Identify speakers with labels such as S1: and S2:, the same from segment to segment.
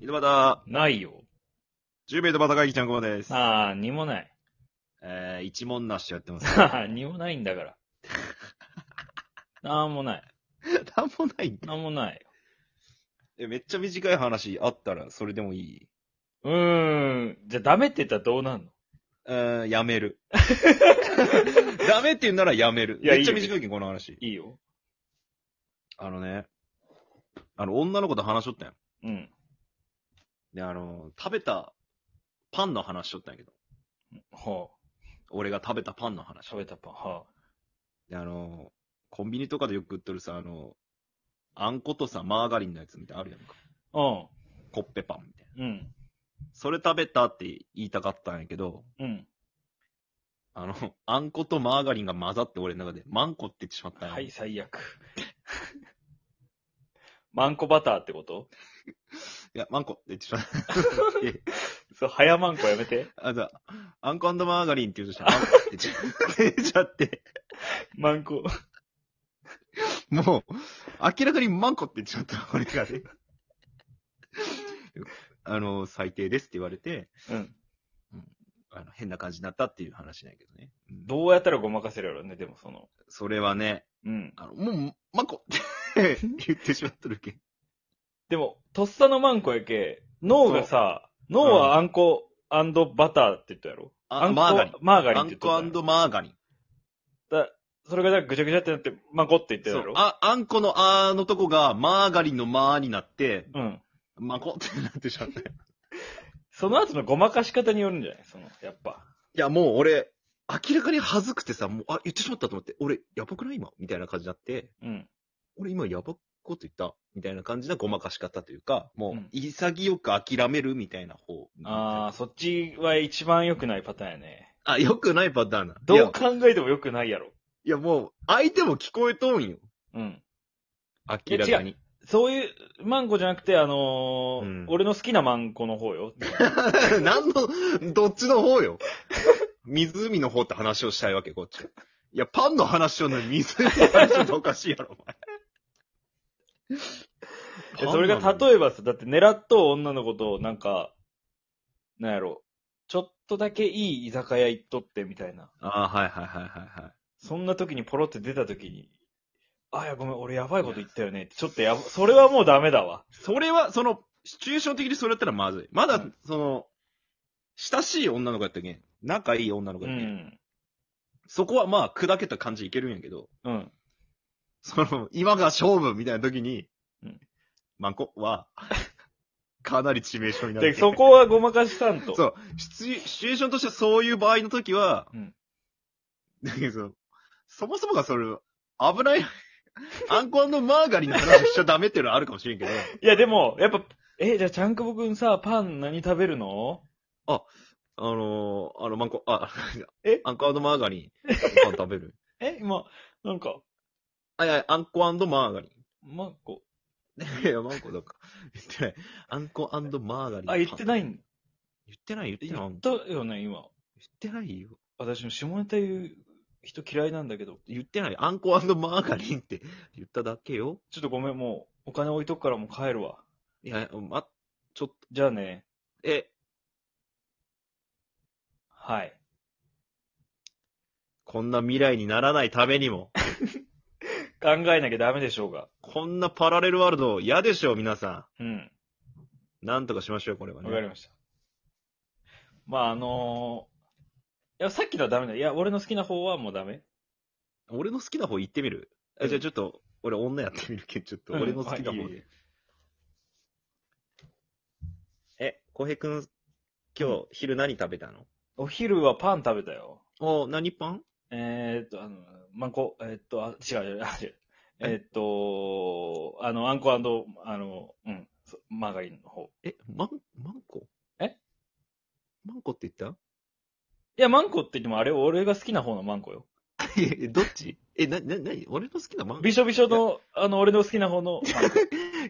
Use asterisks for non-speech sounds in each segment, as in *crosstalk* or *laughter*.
S1: 井戸端、
S2: ないよ。
S1: 10名戸端会議ちゃんこまです。
S2: ああ、にもない。 *laughs*
S1: えー、一問なしやってます。
S2: ああ、にもないんだから。なんもない。
S1: なんもないんだ。
S2: なんもないよ。
S1: え、めっちゃ短い話あったら、それでもいい。
S2: うーん。じゃあダメって言ったらどうなんの
S1: うーん、やめ
S2: *laughs*
S1: る。ダメって言うならやめる。
S2: いや
S1: めっちゃ
S2: いいよ
S1: 短いけん、この話。
S2: いいよ。
S1: あのね、あの、女の子と話しとったんや
S2: うん。
S1: で、あの、食べたパンの話しとったんやけど。
S2: は
S1: 俺が食べたパンの
S2: あ、
S1: 話。
S2: 喋ったパン。は
S1: で、あの、コンビニとかでよく売っとるさ、あの、あんことさ、マーガリンのやつみたいなのあるやんか。
S2: あ。
S1: コッペパンみたいな。
S2: うん。うん。
S1: それ食べたって言いたかったんやけど、
S2: うん。
S1: あの、 *laughs* あんことマーガリンが混ざって俺の中で、マンコって言ってしまったんや
S2: はい、最悪。マンコバターってこと
S1: いや、マンコって言ってしまった。
S2: そう、早マンコやめて。
S1: あ、じゃあ、あんこマーガリンって言うとしたら、マンコって *laughs* 言っちゃって、
S2: マンコ。
S1: もう、明らかにマンコって言っちゃった、俺がね。 *laughs* あの、最低ですって言われて、
S2: うん。
S1: あの変な感じになったっていう話なんやけどね。うん
S2: どうやったらごまかせるやろね、でもその。
S1: それはね、
S2: うん。
S1: あの、もう、マンコって *laughs* 言ってしまっとるけん。
S2: でも、とっさのマンコやけ、脳がさ、脳はあんこバターって言ったやろ
S1: あ
S2: あんこ
S1: マーガリン。
S2: マーガリ
S1: あ
S2: ンっ
S1: ん
S2: て言った
S1: こマーガリン。
S2: だそれがだからぐちゃぐちゃってなって、マンコって言ってた
S1: そ
S2: や
S1: う
S2: ろ。
S1: あ、あんこのあーのとこが、マーガリンのまーになって、
S2: うん。
S1: マコってなってしま *laughs* ったよ。
S2: その後のごまかし方によるんじゃないその、やっぱ。
S1: いや、もう俺、明らかに恥ずくてさ、もう、あ、言ってしまったと思って、俺、やばくない今みたいな感じになって、
S2: うん。
S1: 俺今やばっこと言ったみたいな感じなごまかし方というか、も
S2: う、
S1: うん潔く諦めるみたいな方。
S2: あー、そっちは一番良くないパターンやね。
S1: あ、良くないパターンな。い
S2: ど
S1: や
S2: う考えても良くないやろ。
S1: いや、もう、相手も聞こえとんよ。
S2: うん。
S1: 明らかに。
S2: そういう、マンコじゃなくて、あのー
S1: うん
S2: 俺の好きなマンコの
S1: *laughs*
S2: 方よ。
S1: 何の、どっちの方よ。湖の方って話をしたいわけ、こっちは。いや、パンの話をね、湖の話っておかしいやろ、お
S2: いや
S1: 前。
S2: それが
S1: パンなのに
S2: 例えばさ、だって狙っとう女の子と、なんか、なんやろ、ちょっとだけいい居酒屋行っとってみたいな。
S1: ああ、はいはいはいはいはい。
S2: そんな時にポロって出た時に、あ、いやごめん、俺やばいこと言ったよねって、ちょっとやば、それはもうダメだわ。
S1: それは、その、シチュエーション的にそれやったらまずい。まだ、
S2: うん
S1: その、親しい女の子やったけん。仲いい女の子
S2: う
S1: やったけん。
S2: ん。
S1: そこはまあ、砕けた感じいけるんやけど、
S2: うん。
S1: その、今が勝負みたいな時に、
S2: うん
S1: マンコは、かなり致命傷になる。
S2: で、そこはごまかしさんと。
S1: そう。シチュシチュエーションとしてはそういう場合の時は、
S2: うん
S1: だけどその、そもそもがそれ、危ない、アンコンのマーガリンの話しちゃダメっていうのはあるかもしれんけど、
S2: いや、でも、やっぱ、え、じゃあ、ちゃんくぼくんさ、パン何食べるの
S1: *laughs* あのー、あの、マンコ、 *laughs* あ、
S2: え
S1: アンコマーガリン、パン食 *laughs* べる。
S2: え、今、なんか、
S1: あ、いや、アンコマーガリ
S2: マンコ、
S1: ン。い *laughs* や、マンコどっか。言ってない。アンコマーガリン。
S2: あ、言ってないん
S1: 言ってない、言ってない。
S2: 言
S1: 言
S2: ったよね、今。
S1: ってないよ。
S2: 私も下ネタ言う人嫌いなんだけど。
S1: 言ってない。アンコマーガリンって言っただけよ。
S2: ちょっとごめん、もう、お金置いとくからもう帰るわ。
S1: いや、ま、ちょっと、
S2: じゃあね、
S1: え、
S2: はい。
S1: こんな未来にならないためにも、
S2: 考えなきゃダメでしょうが。
S1: こんなパラレルワールド嫌でしょ、皆さ
S2: うん。
S1: ん。なんとかしましょう、これは
S2: わか
S1: ね。
S2: りました。まあ、あのーいや、さっきのはダメだ。いや、俺の好きな方はもうダメ。
S1: 俺の好きな方行ってみるえ
S2: うん
S1: じゃあちょっと、俺女やってみるけど、ちょっと、
S2: うん
S1: 俺の好きな
S2: あい
S1: 方
S2: いよいい
S1: で。え、浩平くん、今日、昼何食べたの
S2: お昼はパン食べたよ。
S1: お何パン
S2: えー、っと、あの、マンコ、えーっと、あ、違う違う、あ違う。えーっと、あの、あんこあの、うん、そマーガリンの方。
S1: え、マン、マンコ
S2: え
S1: マンコって言っ
S2: *laughs* いや、マンコって言ってもあれ、俺が好きな方のマンコよ。
S1: たいやどっちえ、な、な、なに俺の好きなマンコ
S2: びしょびしょの、あの、俺の好きな方のマンコ。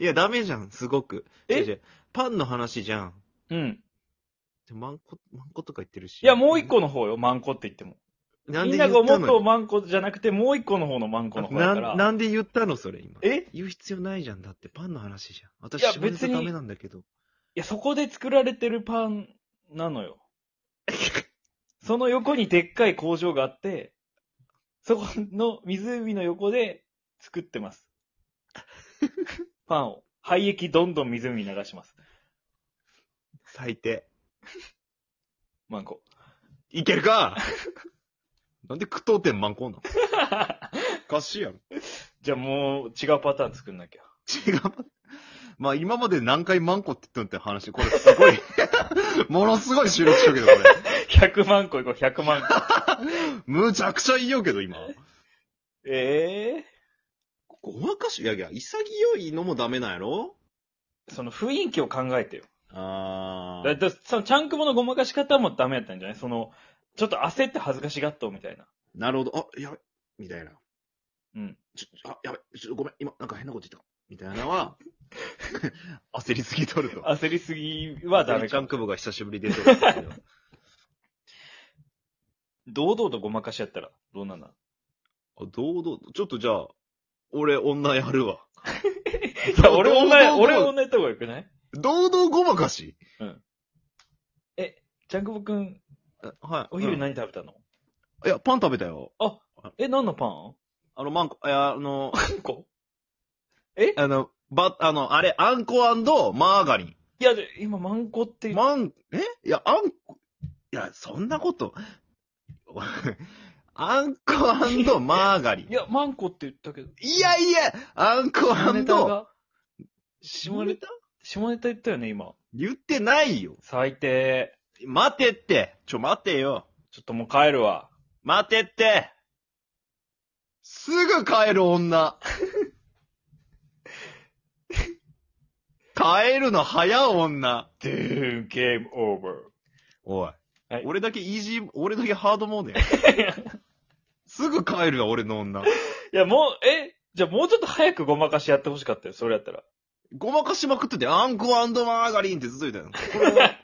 S1: いや、ダメじゃん、すごく。
S2: え
S1: 違う違うパンの話じゃん。
S2: うん。
S1: *laughs* でマンコ、マンコとか言ってるし。
S2: いや、もう一個の方よ、マンコって言っても。
S1: な
S2: み
S1: で言っ
S2: んな
S1: た
S2: が
S1: の
S2: 思っとうマンコじゃなくて、もう一個の方のマンコの方だか
S1: な
S2: ら。
S1: なんで言ったのそれ今。
S2: え
S1: 言う必要ないじゃん。だってパンの話じゃん。私、
S2: いや
S1: 下ネタ
S2: 別に
S1: ダメなんだけど。
S2: や、そこで作られてるパンなのよ。 *laughs* その横にでっかい工場があって、そこの湖の横で作って *laughs* ます。パンを。廃液どんどん湖に流します。
S1: 最低。
S2: マン *laughs* コ。
S1: いけるか *laughs* なんで苦闘点満行なのおかしいやろ。
S2: じゃあもう違うパターン作んなきゃ。
S1: 違う。まあ今まで何回万個って言ったのって話、これす *laughs* ごい、ものすごい収録したけど、これ。
S2: 100万個いこう、100万個。
S1: むちゃくちゃ言いようけど、今。
S2: *laughs* ええ
S1: ごまかし、いやいや、潔いのもダメなんやろ
S2: その雰囲気を考えてよ。
S1: あ
S2: だだそのちゃんくぼのごまかし方もダメだったんじゃないその、ちょっと焦って恥ずかしがっとうみたいな。
S1: なるほど。あ、やべ、みたいな。
S2: うん。
S1: ちょ、ちょあ、やべ、ちょ、ごめん、今、なんか変なこと言った。みたいなの
S2: *laughs*
S1: は、焦りすぎとると。
S2: 焦りすぎはダメ
S1: ジャン
S2: か。
S1: クボが久しぶりでそうですけ
S2: *laughs*
S1: ど。
S2: 堂々とごまかしやったら、どうなんだ
S1: あ、堂々と、ちょっとじゃあ、俺女やるわ。
S2: *laughs* いや、俺女、
S1: 堂々
S2: 俺女やった方がよくない
S1: 堂々ごまかし
S2: ちゃんくぼくん、
S1: えはい。
S2: お昼
S1: うんい
S2: 何食べたの、
S1: や、パン食べたよ。
S2: え、何のパン
S1: あの、マンコ、いや、あの、 *laughs*
S2: パン粉
S1: あの、ば、あの、あれ、あんこマーガリ
S2: いや、で今、マンコって
S1: ン。、マン、えいや、あんこ、いや、そんなこと。 *laughs* あんこマーガリン
S2: い。や、マンコって言ったけど、
S1: いやいや、あんこ
S2: 下ネタが、
S1: 下
S2: 下
S1: ネ
S2: ネ
S1: タ
S2: 下ネタ言ったよね、今。
S1: 言ってないよ。
S2: 最低。
S1: 待てって。ちょ、待てよ。
S2: ちょっともう帰るわ。
S1: 待てって。すぐ帰る女。帰るの早い女。
S2: ドゥーン、ゲームオーバー。
S1: おい。
S2: はい
S1: 俺だけイージー、俺だけハードモードや。
S2: *laughs*
S1: すぐ帰るわ、俺の女。
S2: いや、もう、え、じゃあもうちょっと早くごまかしやってほしかったよ、それやったら。
S1: ごまかしまくってて、あんこマーガリンってずっと言ってたの。これ、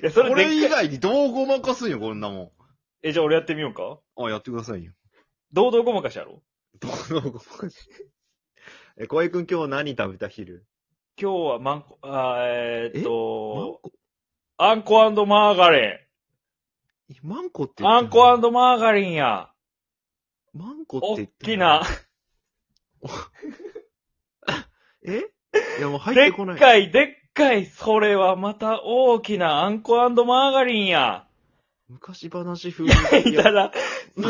S2: い *laughs* や、それ
S1: これ
S2: でっ
S1: 以
S2: かい。
S1: 外にどうごまかすんよ、こんなも
S2: え、じゃあ俺やってみようか
S1: ん。あ、やってくださいよ。
S2: 堂々ごまかしやろ
S1: どうごまかし。 *laughs* え、小江くん今日何食べた昼
S2: 今日はマンコ、あーえーっと、
S1: コ、
S2: あんこマーガリ
S1: えマンコって
S2: ン。あんこマーガリンや。
S1: マンコって
S2: お
S1: 言
S2: っ
S1: って
S2: きな、
S1: えいやもう入っ
S2: で
S1: てこな
S2: っ
S1: い。
S2: かい、でっかい、それはまた大きなあんこマーガリンや。
S1: 昔話風に。
S2: いただ、すっ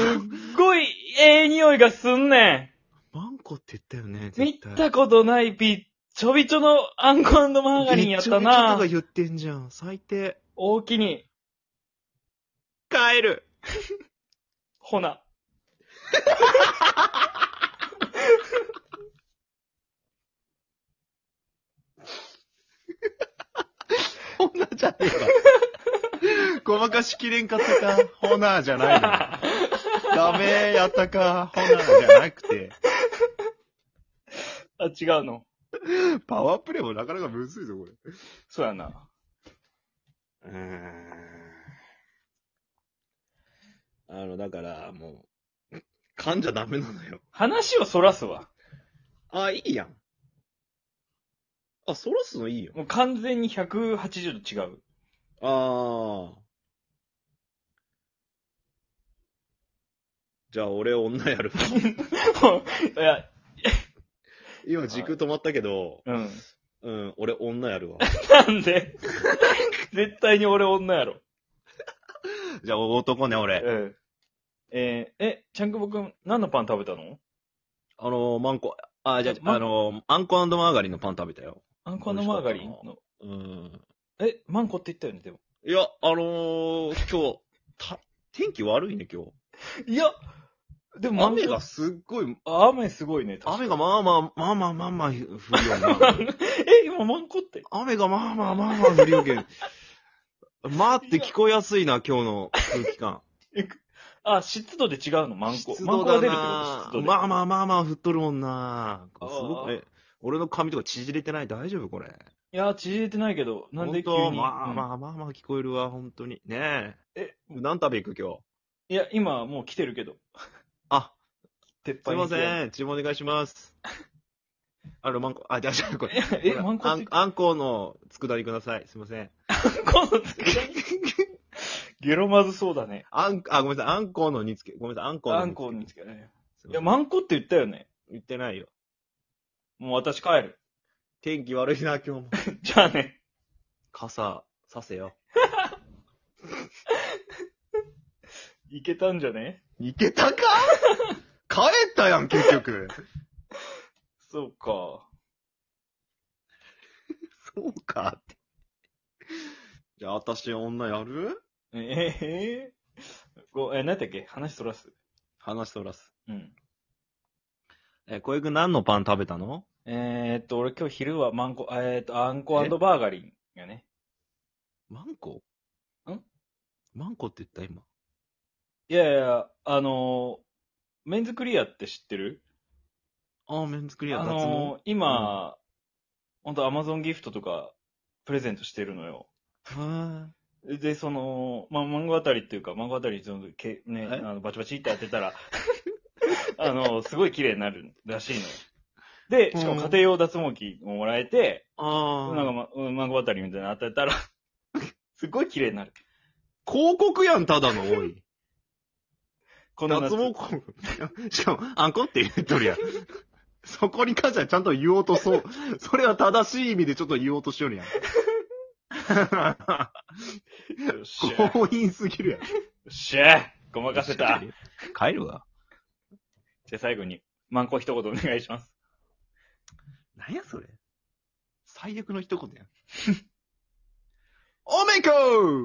S2: ごい、ええ匂いがすんね
S1: マンコって言ったよね、
S2: ん。見
S1: 絶対。
S2: たことないびっちょびちょのあんこマーガリンやった
S1: めちゃめちゃ
S2: な
S1: が言ってんじゃん、最低。
S2: 大きに。
S1: 帰る。
S2: ほな。
S1: ほなじゃ
S2: *laughs*
S1: ねえか。ごまかしきれんかったか。ほなじゃ
S2: *laughs*
S1: ないの。ダメやったか。ほなじゃなくて。
S2: あ、違うの。
S1: パワープレイもなかなかむずいぞ、これ。
S2: そうやな。
S1: うーんあの、だから、もう、噛んじゃダメなのよ。
S2: 話をそらすわ。
S1: あ、いいやん。あ、そらすのいいよ。
S2: もう完全に180度違う。 *laughs*
S1: ああ。じゃあ、俺、女 *laughs* やる。
S2: いや、
S1: 今、時空止まったけど、
S2: うん。
S1: うん、俺、女やるわ。
S2: なんで *laughs* 絶対に俺女やろ。
S1: *laughs* じゃあ、男ね、俺。
S2: うん。えーえ、ちゃんくぼくん、何のパン食べたの
S1: あのー、マンコ、あ、じゃあ、
S2: マン
S1: あのー、あんこマーガリンのパン食べたよ。
S2: あんこマーガリ
S1: 美
S2: ン
S1: 味しか
S2: の。
S1: うん。
S2: え、マンコって言ったよね、でも。
S1: いや、あのー、今日、た、天気悪いね、今日。
S2: いや、でもマンコ
S1: 雨が。すっごい、
S2: あ雨すごいね。確か
S1: 雨がまあまあ、まあまあまあまあ降るような。
S2: *laughs* え、今マンコって。
S1: 雨がまあまあまあまあ降るよけん。まあって聞こえやすいな、今日の空気感。
S2: あ、湿度で違うの、マンコ。
S1: 湿
S2: マン
S1: 度
S2: コが
S1: だ
S2: 出るってこと
S1: な
S2: 湿度で。
S1: まあまあまあまあ降っとるもんな。す
S2: あー
S1: ごく、え、俺の髪とか縮れてない大丈夫これ。
S2: いや、縮れてないけど、なんで急
S1: 本当
S2: に。
S1: まあ
S2: うん
S1: まあまあまあ聞こえるわ、本当に。ねえ。
S2: え、
S1: 何食べ行く今日
S2: いや、今はもう来てるけど。
S1: あ、
S2: 鉄
S1: すい
S2: 板
S1: ま
S2: に来て
S1: *laughs* せん。注文お願いします。あの、マンコ、あ、じゃあ、じゃあ、これ。
S2: え、マンコ
S1: あ
S2: っ
S1: ん
S2: て、
S1: あんこうの佃煮ください。すいません。
S2: マンコのつくだ煮 *laughs* ゲロまずそうだね。
S1: あん、あ、ごめんなさい。あんこうの煮付け。ごめんなさい。あんこうの煮
S2: あ
S1: 付け。
S2: んこにつけだね。
S1: すい
S2: い
S1: ませ
S2: や、
S1: ん
S2: マンコって言ったよね。
S1: 言ってないよ。
S2: もう私帰る。
S1: 天気悪いな、今日も。
S2: じゃあね。
S1: 傘、させよ。
S2: いけたんじゃね
S1: いけたか帰ったやん、結局。
S2: そうか。
S1: *laughs* そうかって。じゃあ、私女やる
S2: ええご、え、なんだっけ話そらす。
S1: 話そらす。
S2: うん。
S1: え、小江くん何のパン食べたの
S2: えー、っと、俺今日昼はマンコ、えー、っと、あんこバーガリンやね。
S1: マンコ
S2: ん
S1: マンコって言った今。
S2: いやいや、あのーメンズクリアって知ってる
S1: ああ、メンズクリア、
S2: あ
S1: 夏の
S2: のー。今、ほんとアマゾンギフトとかプレゼントしてるのよ。
S1: は
S2: で、その、まあ、漫画あたりっていうか、漫画あたり、その、け、ね、
S1: え
S2: あの、バチバチって当てたら、 *laughs* あの、すごい綺麗になるらしいのよ。で、しかも家庭用脱毛器ももらえて、
S1: あ
S2: なんか、
S1: あ。
S2: ま、うん漫画あたりみたいなの当てたら、 *laughs* すごい綺麗になる。
S1: 広告やん、ただの、おい。
S2: この
S1: 夏
S2: 夏
S1: も広告。しかも、あんこって言っとるやん。 *laughs* そこに関してはちゃんと言おうと
S2: *laughs*
S1: そう。それは正しい意味でちょっと言おうとしよるやん。
S2: よっしゃ。よ
S1: 強引すぎるやん。
S2: っしゃ。ごまかせた。。
S1: 帰るわ。
S2: じゃあ最後に、マンコ一言お願いします。
S1: なんやそれ。 *laughs* 最悪の一言やん。おめこー